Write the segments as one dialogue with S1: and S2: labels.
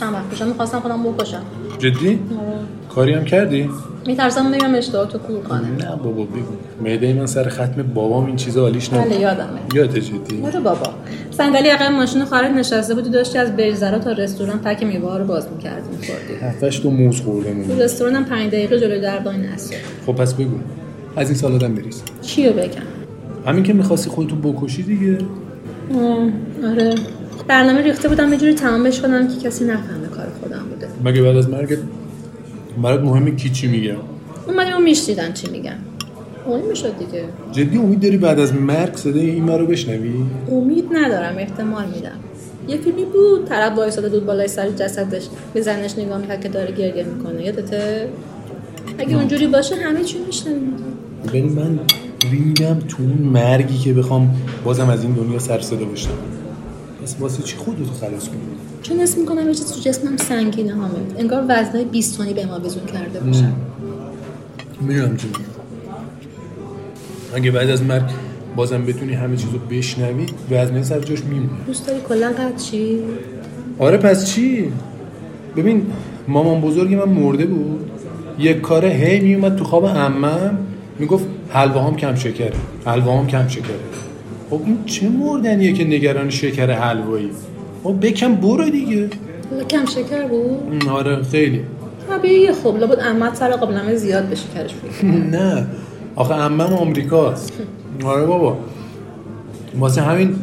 S1: چند وقت پیشم میخواستم خودم بکشم
S2: جدی
S1: آره.
S2: کاری هم کردی
S1: میترسم بگم اشتباه تو کورخانه
S2: نه بابا بگو معده من سر ختم بابام این چیزا حالیش
S1: بله
S2: نه
S1: یادمه
S2: یادت جدی
S1: برو بابا صندلی عقب ماشین خارج نشسته بودی داشتی از بریزرا تا رستوران تک میوه رو باز میکردی میخوردی
S2: هفتش تو موز خوردمون
S1: تو رستوران هم پنج دقیقه جلوی در وای نست
S2: خب پس بگو از این سالادم بریز
S1: چی رو بگم
S2: همین که میخواستی خودتو بکشی دیگه
S1: آه، آره برنامه ریخته بودم یه جوری تمامش کنم که کسی نفهمه کار خودم بوده
S2: مگه بعد از مرگت برات مهمه کی چی میگه
S1: اومدیم و میشنیدن چی میگن اون میشد دیگه
S2: جدی امید داری بعد از مرگ صدای این رو بشنوی
S1: امید ندارم احتمال میدم یه فیلمی بود طرف وایساده بود بالای سر جسدش به زنش نگاه میکرد که داره گریه میکنه یادته اگه اونجوری باشه همه چی میشنویم
S2: ولی من ریدم تو اون مرگی که بخوام بازم از این دنیا سر صدا بشم پس واسه چی خودتو خلاص کنی
S1: چون حس میکنم یه چیز تو جسمم سنگینه حامد انگار وزنهای 20 تنی به ما بزون کرده باشم
S2: میدونم چی میگی. اگه بعد از مرگ بازم بتونی همه چیزو بشنوی وزنه سر جاش میمونه
S1: دوست داری کلا قد چی
S2: آره پس چی ببین مامان بزرگی من مرده بود یک کاره هی میومد تو خواب عمم میگفت حلوه هم کم شکره حلوه هم کم شکره خب این چه مردنیه که نگران شکر حلوایی خب بکم برو دیگه
S1: حالا کم شکر بود
S2: ام، آره خیلی
S1: طبیعیه خب لابد عمد سر قابلمه زیاد به شکرش بود
S2: نه آخه عمم آمریکاست آره بابا واسه همین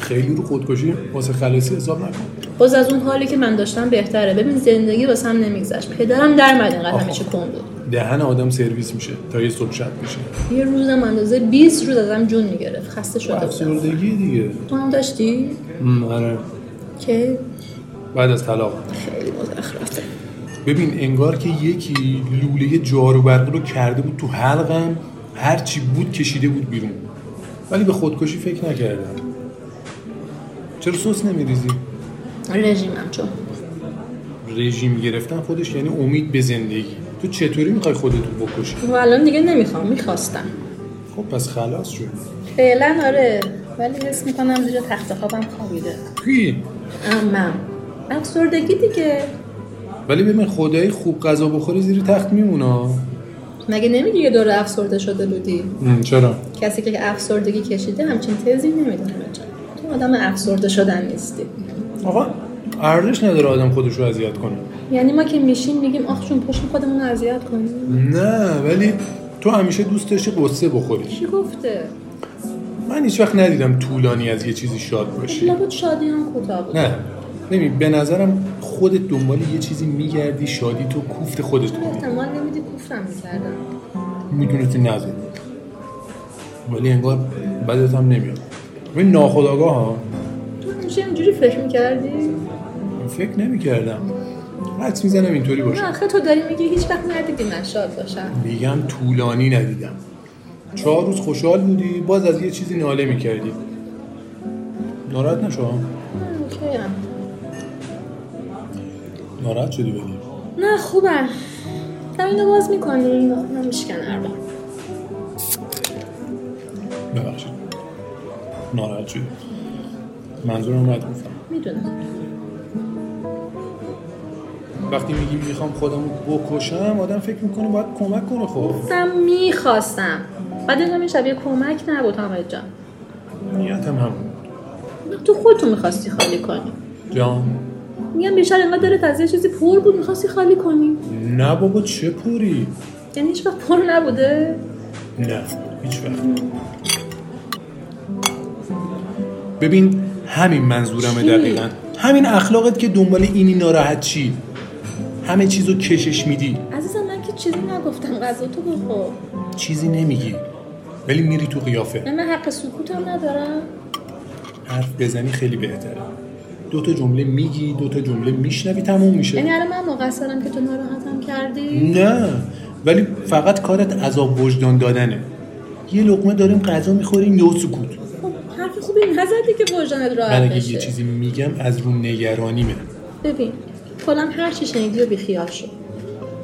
S2: خیلی رو خودکشی واسه خلاصی حساب نکن
S1: باز از اون حالی که من داشتم بهتره ببین زندگی واسم نمیگذشت پدرم در اومد اینقدر همه چی کند بود
S2: دهن آدم سرویس میشه تا یه صبح شب میشه
S1: یه روزم اندازه 20 روز ازم جون میگرفت خسته
S2: بله.
S1: شده بودم
S2: افسردگی دیگه
S1: تو هم داشتی
S2: ام، آره
S1: که
S2: بعد از طلاق
S1: خیلی مزخرفه
S2: ببین انگار که یکی لوله جارو برقی رو کرده بود تو حلقم هر چی بود کشیده بود بیرون ولی به خودکشی فکر نکردم چرا سس نمیریزی
S1: رژیمم چون
S2: رژیم گرفتن خودش یعنی امید به زندگی تو چطوری میخوای خودتو بکشی
S1: و خب، الان دیگه نمیخوام میخواستم
S2: خب پس خلاص شد
S1: فعلا آره ولی حس میکنم زیر تخت خوابم خوابیده
S2: کی
S1: امم افسردگی دیگه
S2: ولی ببین خدای خوب غذا بخوری زیر تخت میمونه
S1: مگه نمیگی یه دوره افسرده شده بودی
S2: چرا
S1: کسی که افسردگی کشیده همچین تزی نمیدونه تو آدم افسرده شدن نیستی
S2: آقا ارزش نداره آدم خودش رو اذیت کنه
S1: یعنی ما که میشیم میگیم آخ جون پشت خودمون رو اذیت کنیم
S2: نه ولی تو همیشه دوست داشتی قصه بخوری
S1: کی گفته
S2: من هیچ وقت ندیدم طولانی از یه چیزی شاد باشی
S1: لابد شادی هم کوتاه بود
S2: نه نمی به نظرم خودت دنبال یه چیزی میگردی شادی تو کوفت خودت کنی
S1: احتمال نمیدی کوفتم میکردم
S2: میتونستی نزدی ولی انگار بدت هم نمیاد ببین ناخداگاه ها
S1: تو همیشه اینجوری فکر میکردی
S2: فکر نمیکردم حدس میزنم اینطوری باشه
S1: نه آخه تو داری میگی هیچ وقت ندیدی من شاد باشم
S2: میگم طولانی ندیدم چهار روز خوشحال بودی باز از یه چیزی ناله میکردی ناراحت نشو ها.
S1: من اوکیم.
S2: ناراحت شدی بگی
S1: نه خوبم زمینو باز میکنی نمیشکن اربان
S2: ببخشید ناراحت شدی منظورم رو گفتم
S1: میدونم
S2: وقتی میگی میخوام خودم رو بکشم آدم فکر میکنه باید کمک کنه خب
S1: گفتم میخواستم بعد این شبیه کمک نبود حامد جان
S2: نیتم همون
S1: تو خودتو میخواستی خالی کنی
S2: جان
S1: میگم بیشتر انقدر دلت از یه چیزی پر بود میخواستی خالی کنی
S2: نه بابا چه پوری
S1: یعنی هیچ وقت پر نبوده
S2: نه هیچ وقت ببین همین منظورمه
S1: چی؟
S2: دقیقا همین اخلاقت که دنبال اینی ناراحت چی همه چیزو کشش میدی
S1: عزیزم من که چیزی نگفتم غذا تو بخور
S2: چیزی نمیگی ولی میری تو قیافه
S1: نه من حق سکوتم ندارم
S2: حرف بزنی خیلی بهتره دو تا جمله میگی دو تا جمله میشنوی تموم میشه
S1: یعنی الان من مقصرم که تو ناراحتم کردی
S2: نه ولی فقط کارت عذاب وجدان دادنه یه لقمه داریم غذا میخوریم یا سکوت
S1: خب حرف خوبی نزدی که وجدانت
S2: من
S1: راحت
S2: اگه یه
S1: بشه
S2: چیزی میگم از رو نگرانیمه
S1: ببین کلا هر چی شنیدی و بیخیال شو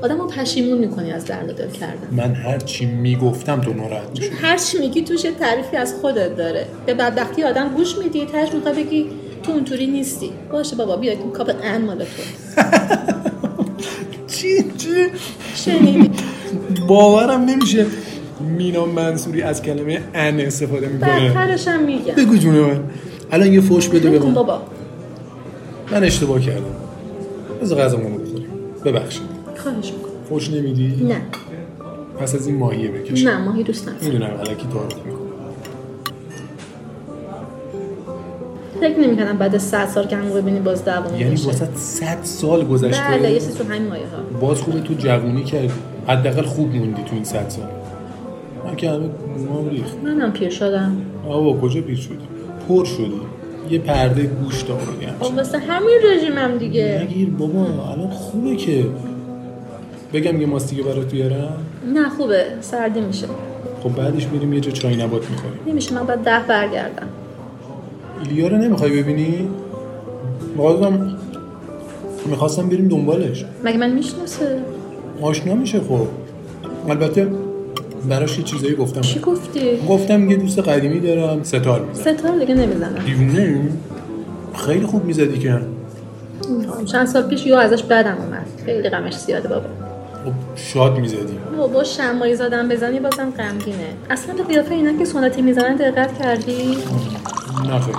S1: آدمو پشیمون میکنی از درد دل کردن
S2: من هر چی میگفتم تو ناراحت میشه
S1: چون هر چی میگی توش یه تعریفی از خودت داره به بدبختی آدم گوش میدی تاش میخوای بگی تو تو اونطوری نیستی باشه بابا بیا این کاپ ان مال تو
S2: چی چی
S1: شنیدی
S2: باورم نمیشه مینا منصوری از کلمه ان استفاده میکنه
S1: بدترش هم میگم
S2: بگو جون من الان یه فوش بده به
S1: نکن
S2: من
S1: بابا
S2: من اشتباه کردم بذار غذامون رو بخوریم ببخشید
S1: خواهش میکنم
S2: فوش نمیدی
S1: نه
S2: پس از این ماهیه بکش
S1: نه ماهی دوست ندارم
S2: میدونم الکی تعارف میکنم
S1: فکر نمیکنم بعد از 100 سال که همون رو ببینی باز دعوا
S2: یعنی
S1: میشه.
S2: واسه 100 سال گذشته
S1: بله یه چیز تو همین مایه ها
S2: باز خوبه تو جوونی کردی حداقل خوب موندی تو این 100 سال من که همه موام ریخت
S1: منم پیر شدم
S2: آقا با کجا پیر شدی پر شدی یه پرده گوش تا آوردی همچین.
S1: خب واسه همین رژیمم دیگه
S2: نگیر بابا الان خوبه که بگم یه ماستیگه برات بیارم
S1: نه خوبه سردی میشه
S2: خب بعدش میریم یه جا چای نبات میخوریم
S1: نمیشه من بعد ده برگردم
S2: ایلیا رو نمیخوای ببینی بازم میخواستم بریم دنبالش
S1: مگه من میشناسه
S2: آشنا میشه خب البته براش یه چیزایی گفتم
S1: چی گفتی
S2: گفتم یه دوست قدیمی دارم ستار میزن
S1: ستار دیگه نمیزنم
S2: دیوونه خیلی خوب میزدی که
S1: خب، چند سال پیش یو ازش بدم اومد خیلی غمش زیاده بابا
S2: خب شاد میزدی
S1: بابا شمایی زدم بزنی بازم غمگینه اصلا به قیافه اینا که سنتی میزنن دقت کردی
S2: نه خیلی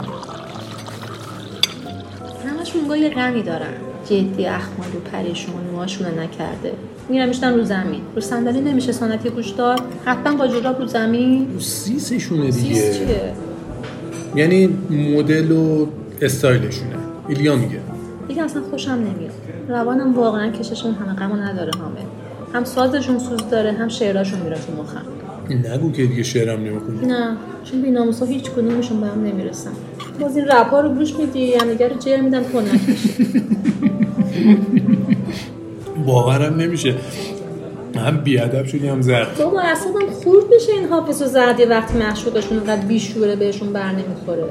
S1: همش اونگاه یه غمی دارن جدی اخمال و پریشون موهاشون نکرده میرم میشتن رو زمین رو صندلی نمیشه سنتی گوش داد حتما با جوراب رو زمین
S2: سیسشونه
S1: سیس
S2: دیگه
S1: چیه
S2: یعنی مدل و استایلشونه ایلیا میگه
S1: دیگه اصلا خوشم نمیاد روانم واقعا کششون همه غمو نداره حامد هم سازشون سوز داره هم شعراشون میره تو مخم
S2: نگو که دیگه شعرم نمیخونی
S1: نه چون بیناموسا هیچ کدومشون به هم نمیرسن باز این رپا رو گوش میدی همدیگه رو جر میدن تو نکشی
S2: باورم نمیشه هم بیادب شدی هم زرد
S1: بابا اصابم خورد میشه این حافظ و زردی وقتی معشوقشون اینقدر بیشوره بهشون بر نمیخوره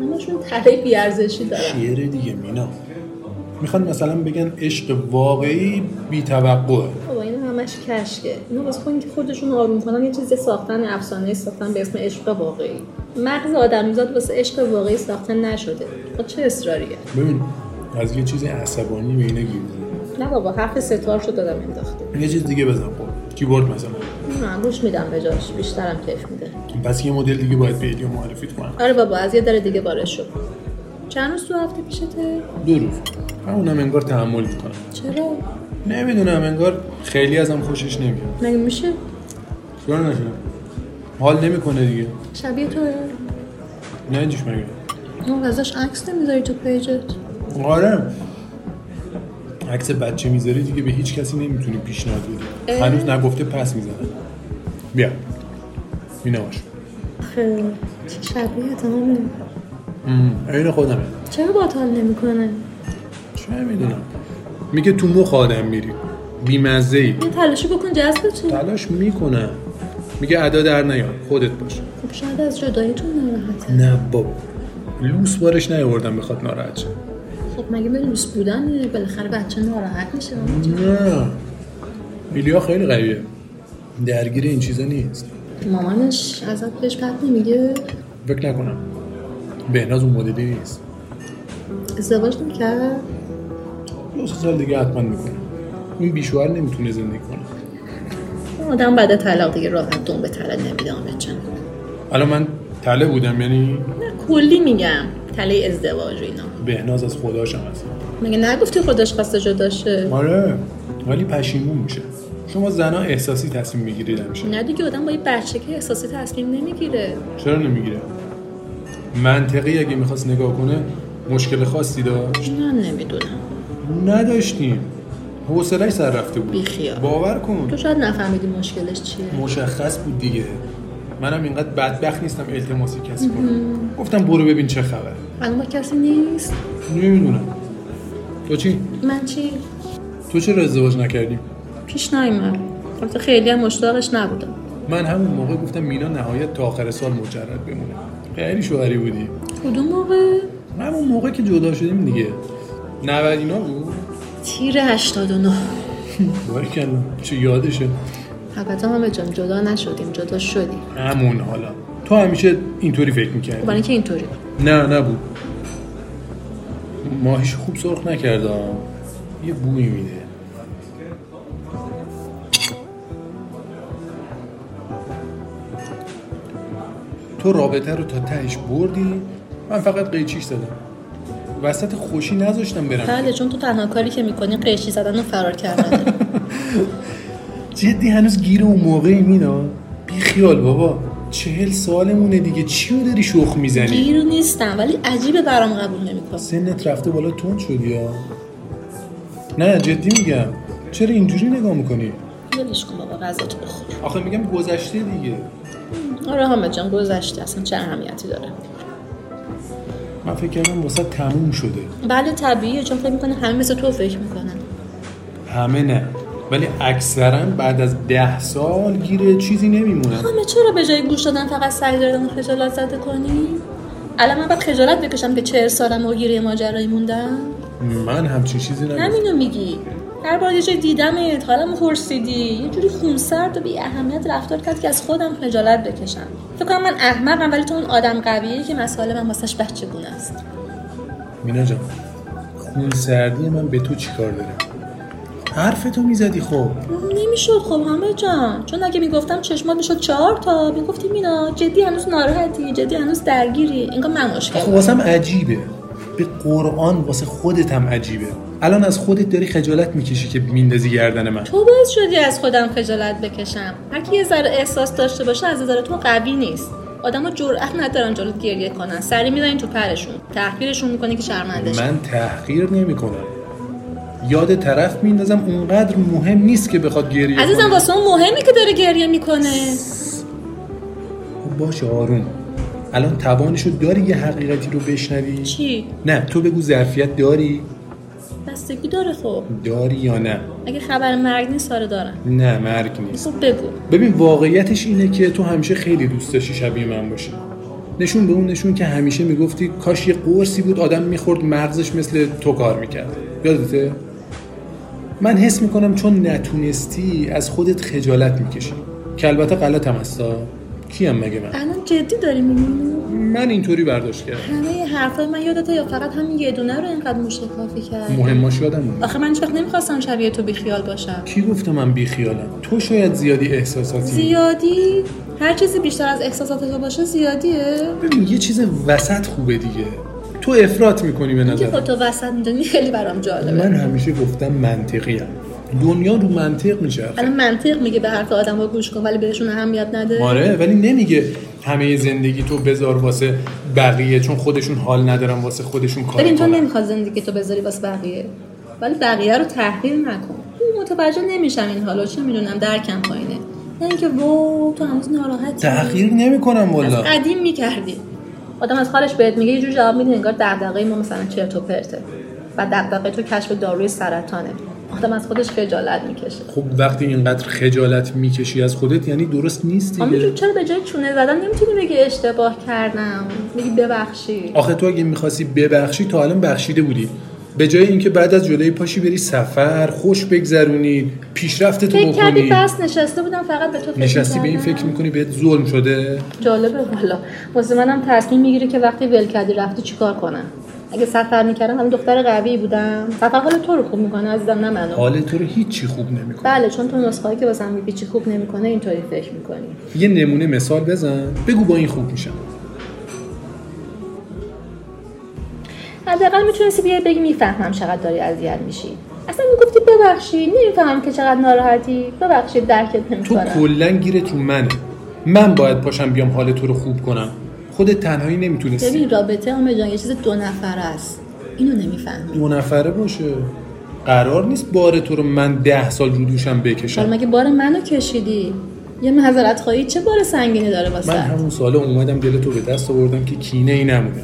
S1: همشون تله بیارزشی دارن
S2: شعر دیگه مینا میخوان مثلا بگن عشق واقعی بی توقعه
S1: بابا این همش کشکه اینا واسه خودی که خودشون آروم کنن یه چیزی ساختن افسانه ساختن به اسم عشق واقعی مغز آدمیزاد واسه عشق واقعی ساختن نشده خب چه اصراریه
S2: ببین از یه چیز عصبانی به اینا گیر بده.
S1: نه بابا حرف ستارشو دادم انداخته
S2: یه چیز دیگه بزن خب کیبورد مثلا
S1: نه گوش میدم به جاش بیشترم کیف میده
S2: پس یه مدل دیگه باید به ایلیا معرفیت کنم
S1: آره بابا از یه در دیگه بارش شد چند روز تو هفته پیشته؟
S2: دو روز همونم انگار تحمل میکنم
S1: چرا؟
S2: نمیدونم انگار خیلی ازم خوشش نمیاد
S1: مگه میشه؟
S2: چرا نشدم حال نمیکنه دیگه
S1: شبیه توه؟
S2: نه اینجوش مگه
S1: اون ازش عکس نمیذاری تو پیجت
S2: آره عکس بچه میذاری دیگه به هیچ کسی نمیتونی پیشنهاد بدی
S1: اه.
S2: هنوز نگفته پس میزنه بیا اینا باش
S1: خیلی شبیه تمامه
S2: ام، عین خودمه
S1: چرا با حال نمیکنه؟
S2: چه میدونم میگه تو مخ آدم میری بیمزه ای
S1: یه تلاشی بکن جذب چه؟
S2: تلاش میکنم میگه ادا در نیار خودت باش
S1: خب شاید از جداییتون ناراحته
S2: نه بابا لوس بارش نیاوردم بخواد ناراحت شه
S1: خب مگه به لوس بودن بالاخره بچه ناراحت میشه
S2: نه ایلیا خیلی قویه درگیر این چیزا نیست
S1: مامانش ازت بهش بد نمیگه
S2: فکر نکنم بهناز اون مدلی نیست
S1: ازدواج نمیکرد
S2: دو سه سال دیگه حتما میکنه این بیشوهر نمیتونه زندگی کنه
S1: اون آدم بعد از طلاق دیگه راحت دون به طلاق نمیده آمه چند
S2: الان من تله بودم یعنی
S1: نه کلی میگم تله ازدواج و اینا
S2: بهناز از خداشم هست
S1: مگه نگفتی خودش خواسته جداشه
S2: آره ولی پشیمون میشه شما زنا احساسی تصمیم میگیرید همیشه
S1: نه دیگه آدم با یه بچه که احساسی تصمیم نمیگیره
S2: چرا نمیگیره منطقی اگه میخواست نگاه کنه مشکل خاصی داشت
S1: نه نمیدونم
S2: نداشتیم حوصلهش سر رفته بود
S1: بیخیال.
S2: باور
S1: تو
S2: کن
S1: شاید نفهمیدی مشکلش چیه
S2: مشخص بود دیگه منم اینقدر بدبخت نیستم التماسی کسی کنم گفتم برو ببین چه خبر
S1: الان با کسی نیست
S2: نمیدونم تو چی
S1: من چی
S2: تو چرا ازدواج نکردی
S1: پیش نیومد البته خیلی هم مشتاقش نبودم
S2: من همون موقع گفتم مینا نهایت تا آخر سال مجرد بمونه خیلی شوهری بودی
S1: کدوم موقع
S2: همون موقع که جدا شدیم دیگه 90 اینا بود
S1: تیر 89
S2: باریکلا چه یادشه
S1: البته همه جان جدا نشدیم جدا شدیم خب، بله.
S2: همون حالا تو همیشه اینطوری فکر میکردی
S1: برای اینکه اینطوری
S2: نه نبود ماهیش خوب سرخ نکردم یه بوی میده تو رابطه رو تا تهش بردی من فقط قیچیش زدم وسط خوشی نذاشتم برم
S1: بله چون تو تنها کاری که میکنی قیچی زدن و فرار کردنه
S2: جدی هنوز گیر اون موقعی مینا بی خیال بابا چهل سالمونه دیگه چی رو داری شخ میزنی
S1: گیر نیستم ولی عجیبه برام قبول نمیکنم
S2: سنت رفته بالا تون شد یا نه جدی میگم چرا اینجوری نگاه میکنی
S1: ولش کن بابا غذا تو بخور
S2: آخه میگم گذشته دیگه
S1: آره حامد جان گذشته اصلا چه اهمیتی داره
S2: من فکر کردم واسه تموم شده
S1: بله طبیعیه چون فکر میکنه همه مثل تو فکر میکنن
S2: همه نه ولی اکثرا بعد از ده سال گیر چیزی نمیمونن
S1: حامد چرا به جای گوش دادن فقط سعی دادن و خجالت زده کنی الان من باید خجالت بکشم که چهل سالم و گیر ماجرایی موندم
S2: من همچین چیزی نمیگم
S1: همینو میگی هر بار یه جای دیدمت حالمو پرسیدی یه جوری خونسرد و بی اهمیت رفتار کرد که از خودم خجالت بکشم فکر کنم من احمقم ولی تو اون آدم قویه که مسائل من واسش بچگونه است
S2: مینا جان خون سردی من به تو چیکار داره حرف تو میزدی خب
S1: نمیشد خب همه جان چون اگه میگفتم چشمات میشد چهار تا میگفتی مینا جدی هنوز ناراحتی جدی هنوز درگیری انگار من مشکل
S2: خب
S1: دارم.
S2: واسم عجیبه به قرآن واسه خودت هم عجیبه الان از خودت داری خجالت میکشی که میندازی گردن من
S1: تو باعث شدی از خودم خجالت بکشم هر کی یه ذره احساس داشته باشه از نظر تو قوی نیست آدما جرأت ندارن جلوت گریه کنن سری میزنین تو پرشون تحقیرشون میکنی که شرمنده شن.
S2: من تحقیر نمیکنم یاد طرف میندازم اونقدر مهم نیست که بخواد گریه
S1: عزیزم
S2: کنه.
S1: واسه اون مهمه که داره گریه میکنه
S2: خب باشه آروم الان توانشو داری یه حقیقتی رو بشنوی
S1: چی
S2: نه تو بگو ظرفیت داری
S1: بستگی داره خب
S2: داری یا نه
S1: اگه خبر مرگ نیست ساره دارم
S2: نه مرگ نیست
S1: خب بگو
S2: ببین واقعیتش اینه که تو همیشه خیلی دوست داشتی شبیه من باشی نشون به اون نشون که همیشه میگفتی کاش یه قرصی بود آدم میخورد مغزش مثل تو کار میکرد یادته من حس میکنم چون نتونستی از خودت خجالت میکشی که البته غلطم هستا کیم مگه من
S1: الان جدی داری میگی
S2: من اینطوری برداشت کردم
S1: همه حرفای من یادته یا فقط همین یه دونه رو اینقدر مشکافی کرد
S2: مهماش یادم اومد.
S1: آخه من هیچ وقت نمیخواستم شبیه تو بیخیال باشم
S2: کی گفته من بیخیالم تو شاید زیادی احساساتی
S1: زیادی هر چیزی بیشتر از احساسات تو باشه زیادیه
S2: ببین یه چیز وسط خوبه دیگه تو افراط میکنی به
S1: که
S2: نظر
S1: خودتو وسط میدونی خیلی برام جالبه
S2: من همیشه گفتم منطقی هم. دنیا رو منطق میشه
S1: الان منطق میگه به حرف آدم گوش کن ولی بهشون اهمیت نده
S2: آره ولی نمیگه همه زندگی تو بذار واسه بقیه چون خودشون حال ندارن واسه خودشون کار
S1: ببین تو
S2: کنن.
S1: نمیخواد زندگی تو بذاری واسه بقیه ولی بقیه رو تحقیر نکن من متوجه نمیشم این حالا چه میدونم درکم پایینه نه اینکه وو تو هنوز ناراحتی
S2: تحقیر نمیکنم
S1: از
S2: والا
S1: قدیم میکردی آدم از حالش بهت میگه یه جور جواب میده انگار دغدغه ما مثلا چرت و پرته و دغدغه تو کشف داروی سرطانه آدم از خودش خجالت میکشه
S2: خب وقتی اینقدر خجالت میکشی از خودت یعنی درست نیست
S1: همینجور
S2: دیگه
S1: چرا به جای چونه زدن نمیتونی بگی اشتباه کردم میگی ببخشید
S2: آخه تو اگه میخواستی ببخشی تا الان بخشیده بودی به جای اینکه بعد از جلوی پاشی بری سفر خوش بگذرونی پیشرفت تو
S1: فکر کردی
S2: بکنی
S1: بس نشسته بودم فقط به تو فکر
S2: نشستی به این فکر
S1: می‌کردم؟
S2: میکنی بهت ظلم شده
S1: جالبه والا واسه منم تصمیم میگیره که وقتی ول کردی رفتی چیکار کنم اگه سفر میکردم من دختر قوی بودم سفر حال تو رو خوب میکنه عزیزم نه منو
S2: حال تو رو هیچی خوب نمیکنه
S1: بله چون تو نسخه که واسم میپیچی خوب نمیکنه اینطوری فکر میکنی
S2: یه نمونه مثال بزن بگو با این خوب میشم
S1: حداقل میتونستی بیای بگی میفهمم چقدر داری اذیت میشی اصلا میگفتی ببخشید نمیفهمم که چقدر ناراحتی ببخشید درکت
S2: تو
S1: نمیکنم
S2: کلا گیر تو منه من باید پاشم بیام حال تو رو خوب کنم خودت تنهایی نمیتونستی
S1: ببین رابطه همه جان یه چیز دو نفره است اینو نمیفهمی
S2: دو نفره باشه قرار نیست بار تو رو من ده سال رو دوشم
S1: حالا
S2: بکشم
S1: مگه بار منو کشیدی یه معذرت خواهی چه بار سنگینی داره
S2: من
S1: واسه
S2: همون سال اومدم دل تو به دست آوردم که کینه ای نمونه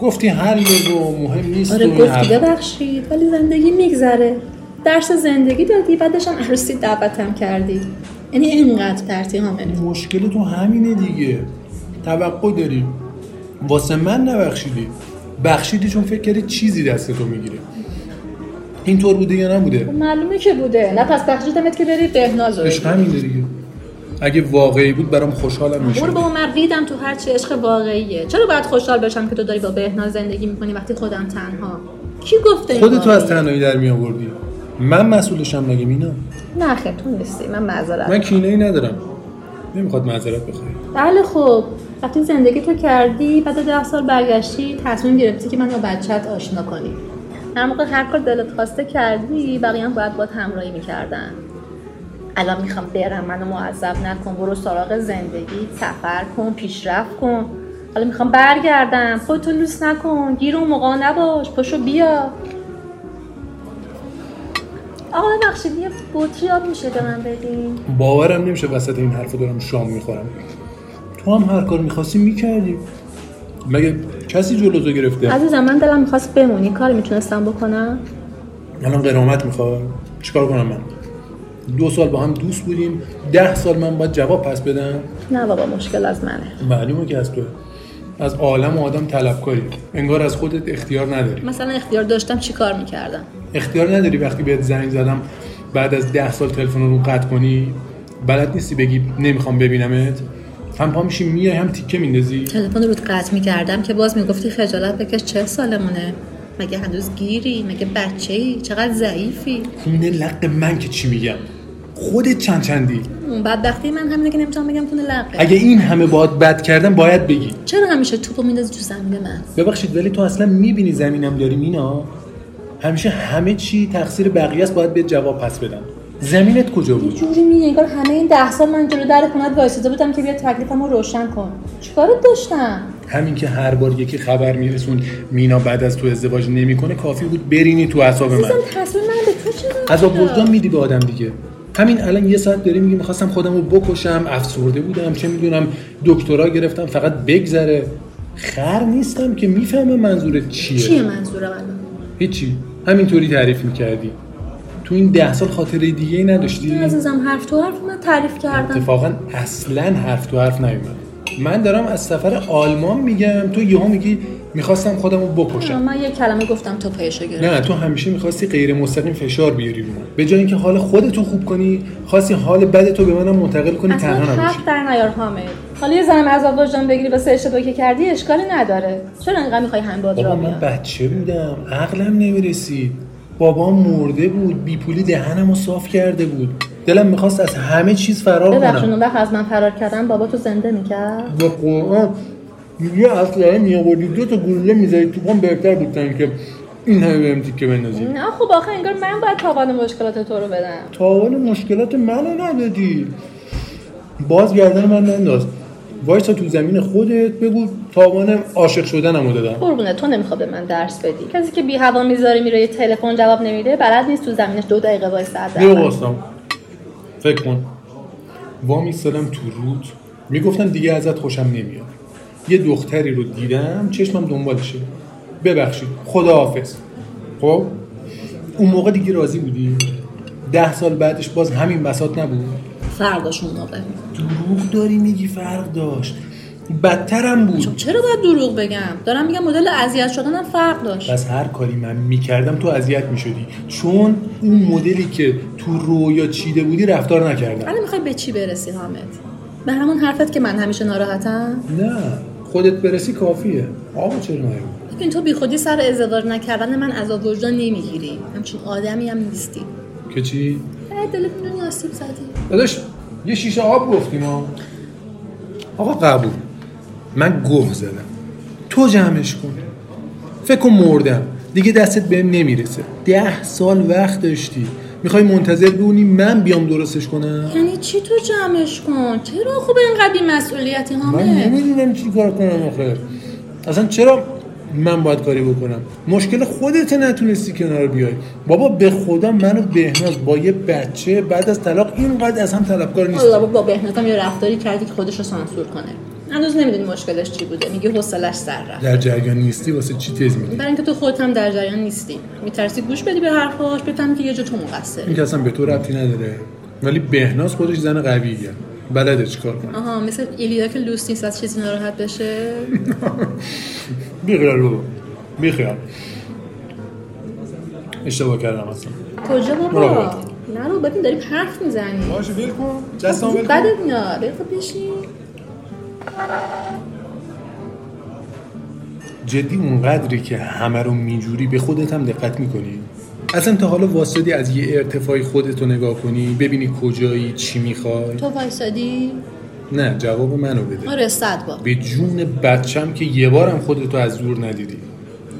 S2: گفتی هر و مهم نیست
S1: آره
S2: و این
S1: گفتی
S2: حرف.
S1: ببخشید ولی زندگی میگذره درس زندگی دادی بعدش هم عروسی دعوتم کردی یعنی اینقدر پرتی حامله
S2: مشکل تو همینه دیگه توقع داری واسه من نبخشیدی بخشیدی چون فکر کردی چیزی دست تو میگیره اینطور بوده یا نبوده
S1: خب، معلومه که بوده نه پس بخشیدمت که بری بهناز رو
S2: عشق همینه دیگه اگه واقعی بود برام خوشحالم میشه
S1: برو بابا من ریدم تو هر چی عشق واقعیه چرا باید خوشحال بشم که تو داری با بهناز زندگی میکنی وقتی خودم تنها کی گفته این
S2: خودتو از
S1: کاری؟
S2: تنهایی در می آوردی من مسئولشم مگه مینا
S1: نه خیر تو نیستی من معذرت
S2: من کینه ای ندارم نمیخواد معذرت بخوای
S1: بله خب وقتی زندگی تو کردی بعد از ده سال برگشتی تصمیم گرفتی که من با بچت آشنا کنی در موقع هر کار دلت خواسته کردی بقیه هم باید باید همراهی میکردن الان میخوام برم منو معذب نکن برو سراغ زندگی سفر کن پیشرفت کن حالا میخوام برگردم خودتو لوس نکن گیر اون موقع نباش پاشو بیا آقا ببخشید یه بطری آب میشه به من بدین
S2: باورم نمیشه وسط این حرف دارم شام میخورم تو هم هر کار میخواستی میکردی مگه کسی جلوتو گرفته
S1: عزیزم من دلم میخواست بمونی کاری میتونستم بکنم
S2: الان قرامت میخوام چیکار کنم من دو سال با هم دوست بودیم ده سال من باید جواب پس بدم
S1: نه بابا مشکل از منه
S2: معلومه که از تو از عالم و آدم طلبکاری انگار از خودت اختیار نداری
S1: مثلا اختیار داشتم چی کار میکردم
S2: اختیار نداری وقتی بهت زنگ زدم بعد از ده سال تلفن رو قطع کنی بلد نیستی بگی نمیخوام ببینمت هم پا میشی میای هم تیکه میندازی
S1: تلفن رود قطع میکردم که باز میگفتی خجالت بکش چه سالمونه مگه هنوز گیری مگه بچه ای چقدر ضعیفی
S2: خونه لق من که چی میگم خودت چند چندی
S1: اون بدبختی من همینه که نمیتونم بگم تونه لقه
S2: اگه این همه باید بد کردم باید بگی
S1: چرا همیشه توپو میندازی تو زمین من
S2: ببخشید ولی تو اصلا میبینی زمینم داری مینا همیشه همه چی تقصیر بقیه است باید به جواب پس بدم زمینت کجا
S1: یه
S2: بود
S1: جوری میگه انگار همه این ده سال من جلو در خونت وایساده بودم که بیا تکلیفمو روشن کن چیکارت داشتم
S2: همین که هر بار یکی خبر میرسون مینا بعد از تو ازدواج نمیکنه کافی بود برینی تو اعصاب من
S1: عزیزم تصمیم من به تو چه ربطی
S2: عذاب
S1: داره؟
S2: وجدان میدی به آدم دیگه همین الان یه ساعت داری میگی میخواستم خودم رو بکشم افسرده بودم چه میدونم دکترا گرفتم فقط بگذره خر نیستم که میفهمه منظورت چیه,
S1: چیه منظورم الان
S2: هیچی همینطوری تعریف میکردی تو این ده سال خاطره دیگه ای نداشتی
S1: نه عزیزم حرف تو حرف من تعریف کردم
S2: اتفاقا اصلا حرف تو حرف نیومد من دارم از سفر آلمان میگم تو یهو میگی میخواستم خودم رو
S1: آه،
S2: بکشم
S1: من یه کلمه گفتم تو پایشو گرفت
S2: نه تو همیشه میخواستی غیر مستقیم فشار بیاری رو من به جای اینکه حال خودتو خوب کنی خواستی حال بدتو به منم منتقل کنی
S1: اصلا
S2: تنها نباشی
S1: حرف در نیار حامد حالا یه زنم از وجدان بگیری واسه اشتباهی که کردی اشکالی نداره چرا انقدر میخوای هم باد
S2: بابا
S1: را
S2: من
S1: بیان
S2: بچه بودم عقلم نمیرسید بابام مرده بود بیپولی دهنمو صاف کرده بود دلم میخواست از همه چیز فرار
S1: ببخشید
S2: کنم
S1: اون وقت از من فرار کردم بابا تو زنده میکرد
S2: با قرآن یه اسلحه میآوردی دو تا گلوله میزدی تو پام بهتر بود تا اینکه این همه بهم تیکه بندازی
S1: نه خب آخه انگار من باید تاوان مشکلات تو رو بدم
S2: تاوان مشکلات منو ندادی باز گردن من ننداز وایسا تو زمین خودت بگو تاوان عاشق شدنمو دادم
S1: قربونه تو نمیخواد به من درس بدی کسی که بی هوا میذاری میره یه تلفن جواب نمیده بلد نیست تو زمینش دو دقیقه وایساد
S2: بیا واسم فکر کن وا میستادم تو رود میگفتم دیگه ازت خوشم نمیاد یه دختری رو دیدم چشمم دنبالشه ببخشید خداحافظ خب اون موقع دیگه راضی بودی ده سال بعدش باز همین بساط نبود
S1: فرقش اون موقع
S2: دروغ داری میگی فرق داشت بدترم بود
S1: خب چرا باید دروغ بگم دارم میگم مدل اذیت شدنم فرق داشت
S2: پس هر کاری من میکردم تو اذیت میشدی چون اون مدلی که تو رویا چیده بودی رفتار نکردم
S1: الان میخوای به چی برسی حامد به همون حرفت که من همیشه ناراحتم
S2: نه خودت برسی کافیه آبا چرا نیومد
S1: ببین خب تو بیخودی سر ازدواج نکردن من از وجدان نمیگیری همچون آدمی هم نیستی
S2: که چی
S1: اه، دلت میدونی آسیب زدی
S2: داداش یه شیشه آب گفتیم ها آقا قبول من گوه زدم تو جمعش کن فکر کن مردم دیگه دستت بهم نمیرسه ده سال وقت داشتی میخوای منتظر بمونی من بیام درستش کنم
S1: یعنی چی تو جمعش کن چرا خوب اینقدر بیمسئولیتی
S2: من
S1: حامد
S2: نمیدونم چی کار کنم آخه اصلا چرا من باید کاری بکنم مشکل خودت نتونستی کنار بیای بابا به خدا منو بهناز با یه بچه بعد از طلاق اینقدر از هم طلبکار نیست
S1: الله با بهنتم یه رفتاری کردی که خودش رو سانسور کنه هنوز نمیدونی مشکلش چی بوده میگه حوصلش سر رفت
S2: در جریان نیستی واسه چی تز میدی
S1: برای اینکه تو خودت هم در جریان نیستی میترسی گوش بدی به حرفاش بفهمی که یه جا تو مقصری
S2: این که اصلا به تو ربطی نداره ولی بهناز خودش زن قویه بلده چیکار کنه
S1: آها مثل ایلیا که لوس نیست از چیزی ناراحت بشه
S2: بیخیال بابا بیخیال اشتباه کردم اصلا
S1: کجا بابا
S2: مراقب
S1: نه رو ببین داریم حرف میزنیم
S2: باشه ول کن
S1: بعد خب میاد بخواب بشین
S2: جدی اونقدری که همه رو میجوری به خودت هم دقت میکنی اصلا تا حالا واسدی از یه ارتفاعی خودت رو نگاه کنی ببینی کجایی چی میخوای
S1: تو وایسادی
S2: نه جواب منو بده
S1: آره صد بار
S2: به جون بچم که یه بارم خودتو از دور ندیدی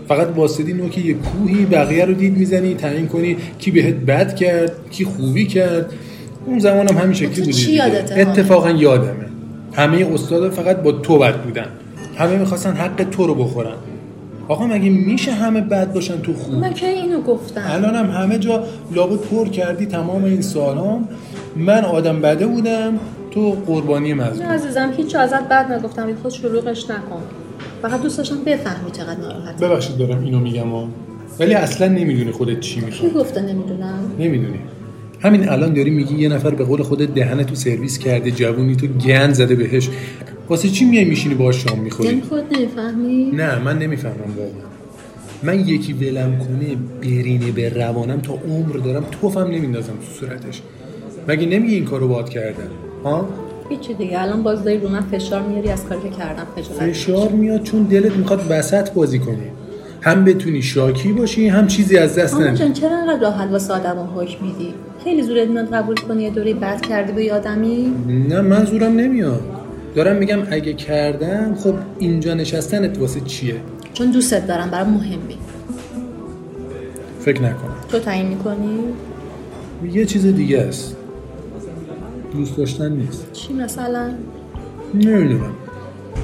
S2: فقط واسدی نوک یه کوهی بقیه رو دید میزنی تعیین کنی کی بهت بد کرد کی خوبی کرد اون زمانم همین شکلی
S1: تو
S2: بودی
S1: چی
S2: دیگه.
S1: یادته؟
S2: اتفاقا یادمه همه استادا فقط با تو بد بودن همه میخواستن حق تو رو بخورن آقا مگه میشه همه بد باشن تو خوب
S1: من که اینو گفتم
S2: الانم همه جا لابد پر کردی تمام این سالام من آدم بده بودم تو قربانی
S1: نه
S2: مظلوم
S1: عزیزم هیچ جا ازت بد نگفتم بی خود شلوغش نکن فقط دوست داشتم بفهمی چقدر ناراحتی
S2: ببخشید دارم اینو میگم ها ولی اصلا نمیدونی خودت چی میخوای
S1: کی گفته نمیدونم
S2: نمیدونی همین الان داری میگی یه نفر به قول خودت دهن تو سرویس کرده جوونی تو گند زده بهش واسه چی میای میشینی باهاش شام میخوری
S1: یعنی خود نمیفهمی
S2: نه من نمیفهمم واقعا من یکی ولم کنه برینه به روانم تا عمر دارم توفم نمیندازم تو صورتش مگه نمیگی این کارو باد کردن ها
S1: هیچی دیگه الان باز داری رو من فشار میاری از کاری که کردم خجالت
S2: فشار میاد چون دلت میخواد وسط بازی کنی هم بتونی شاکی باشی هم چیزی از دست
S1: آمون
S2: ندی
S1: جان چرا انقدر راحت واسه آدما حکم میدی خیلی زورت میاد قبول کنی یه دوره بد کردی به یه آدمی
S2: نه من زورم نمیاد دارم میگم اگه کردم خب اینجا نشستنت واسه چیه
S1: چون دوستت دارم برام مهمی
S2: فکر نکنم
S1: تو تعیین میکنی
S2: یه چیز دیگه است دوست داشتن نیست
S1: چی مثلا
S2: نمیدونم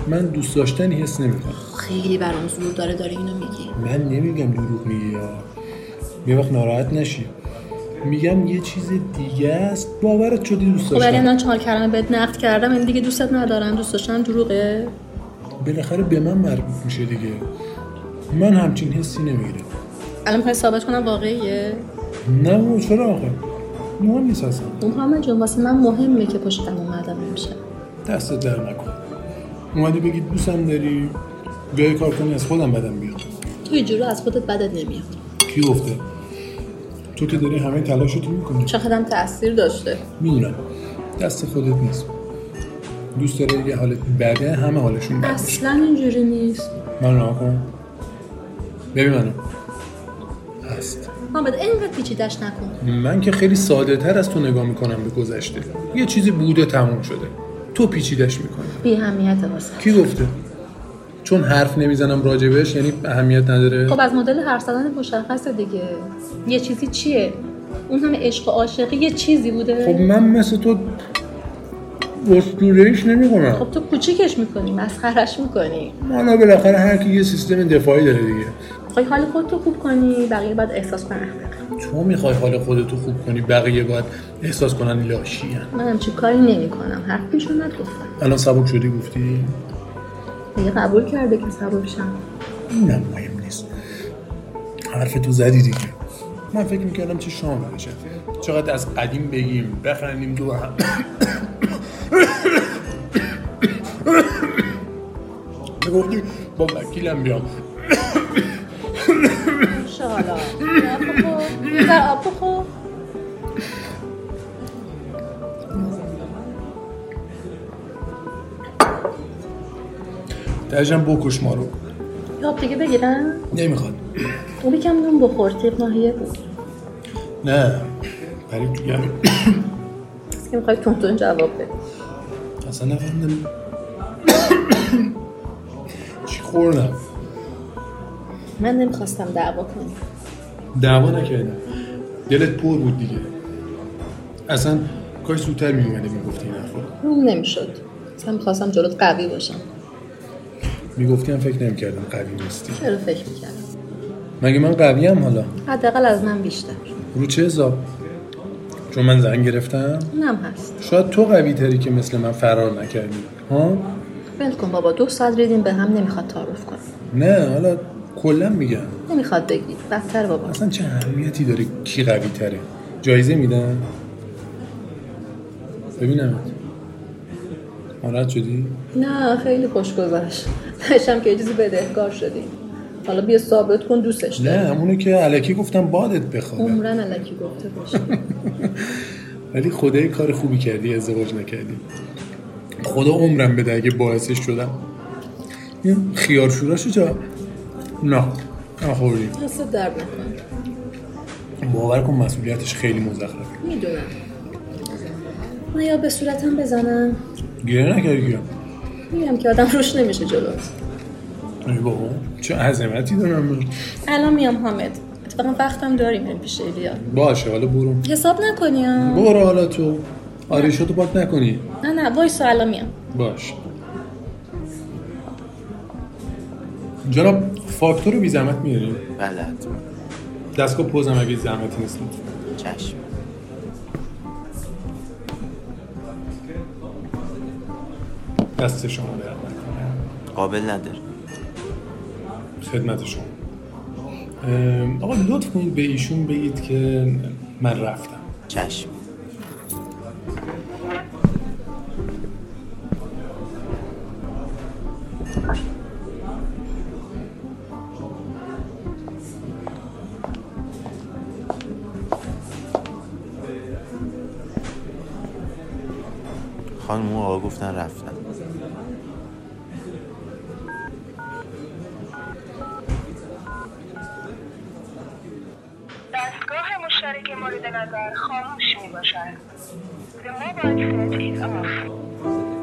S2: من دوست داشتنی حس نمیکنم
S1: خیلی برام زور داره داره اینو میگی
S2: من نمیگم دروغ میگی یا یه وقت ناراحت نشی میگم یه چیز دیگه است باورت شدی دوست
S1: خب اگه
S2: داشتن
S1: من چهار کلمه بهت نقد کردم این دیگه دوستت ندارم دوست داشتن دروغه
S2: بالاخره به من مربوط میشه دیگه من همچین حسی نمیگیرم
S1: الان میخوای ثابت کنم واقعیه
S2: نه بابا، چرا آخه مهم نیست اصلا
S1: اون همه جون واسه من مهمه که پشتم اومدم میشه
S2: دستت در نکن اومدی بگی دوستم داری بیای کار کنی از خودم بدم بیاد
S1: تو یه جورو از خودت بدت نمیاد
S2: کی گفته تو که داری همه تلاشتو میکنی
S1: چقدرم تاثیر داشته
S2: میدونم دست خودت نیست دوست داره یه حالت بده همه حالشون بده
S1: اصلا اینجوری نیست
S2: من نگاه کن ببین منو هست
S1: من بد اینقدر پیچیدش نکن
S2: من که خیلی ساده تر از تو نگاه میکنم به گذشته یه چیزی بوده تموم شده تو پیچیدش میکنی
S1: بی اهمیت واسه
S2: کی گفته چون حرف نمیزنم راجبش یعنی اهمیت نداره
S1: خب از مدل حرف زدن مشخصه دیگه یه چیزی چیه اون همه عشق و عاشقی یه چیزی بوده
S2: خب من مثل تو اسطورهش نمیکنم
S1: خب تو کوچیکش میکنی مسخرش میکنی
S2: حالا بالاخره هر کی یه سیستم دفاعی داره دیگه
S1: خواهی حال خودتو خوب کنی بقیه باید احساس کنن احمق
S2: تو میخوای حال خودتو خوب کنی بقیه باید احساس کنن لاشی
S1: من همچی کاری نمیکنم حرفشون نگفتم
S2: الان سبک شدی گفتی
S1: دیگه قبول کرده که سبب شم
S2: اینم مهم نیست حرف تو زدی دیگه من فکر میکردم چه شام بشه چقدر از قدیم بگیم بخندیم دو هم گفتیم با وکیلم بیام
S1: شالا یه ذره آب بخور
S2: ترجم بکش ما رو
S1: یه آب دیگه بگیرم
S2: نمیخواد
S1: اون یکم نون بخور تیب ناهیه بود
S2: نه پرید تو گلو.
S1: از که میخوای تونتون جواب بده
S2: اصلا نفهمیدم چی خوردم
S1: من نمیخواستم دعوا کنیم
S2: دعوا نکردم دلت پر بود دیگه اصلا کاش زودتر میومده میگفتی این حرفا رو.
S1: روم نمیشد اصلا میخواستم جلوت قوی باشم
S2: میگفتی هم فکر نمیکردم قوی نیستی
S1: چرا فکر میکردم
S2: مگه من قوی هم حالا
S1: حداقل از من بیشتر
S2: رو چه حساب چون من زن گرفتم
S1: اونم هست
S2: شاید تو قوی تری که مثل من فرار نکردی ها
S1: ول کن بابا دو ساعت ریدیم به هم نمیخواد تعارف کنم
S2: نه حالا کلا میگم
S1: نمیخواد بگی بدتر بابا
S2: اصلا چه اهمیتی داره کی قوی تره جایزه میدن ببینم ناراحت شدی
S1: نه خیلی خوش گذشت داشتم که یه چیزی بدهکار شدی حالا بیا ثابت کن دوستش
S2: نه
S1: داری
S2: همونو که علکی گفتم بادت بخوابه
S1: عمرن علکی گفته باشه
S2: ولی خدای کار خوبی کردی ازدواج نکردی خدا عمرم بده اگه باعثش شدم این خیارشوراشو جا نه نه خوردیم
S1: حس درد نکن
S2: باور کن مسئولیتش خیلی مزخرفه
S1: میدونم نه یا به صورتم بزنم
S2: گریه نکردی گیرم
S1: میگم که آدم روش نمیشه جلوت
S2: ای بابا چه عظمتی دارم من
S1: الان میام حامد اتفاقا وقتم داریم بریم پیش ایلیا
S2: باشه حالا برو
S1: حساب نکنی ها.
S2: برو حالا تو آریشو تو پاک نکنی
S1: نه نه وایسا الان میام
S2: باش جناب فاکتور رو بی زحمت میاریم
S3: بلد
S2: دستگاه پوزم اگه زحمتی نیست لطفاً.
S3: چشم
S2: دست شما درد نکنه.
S3: قابل نداره
S2: خدمت شما ام، آقا لطف کنید به ایشون بگید که من رفتم
S3: چشم خانم و آقا گفتن رفتن
S4: دستگاه مشترک مورد نظر خاموش می باشد. The mobile set is off.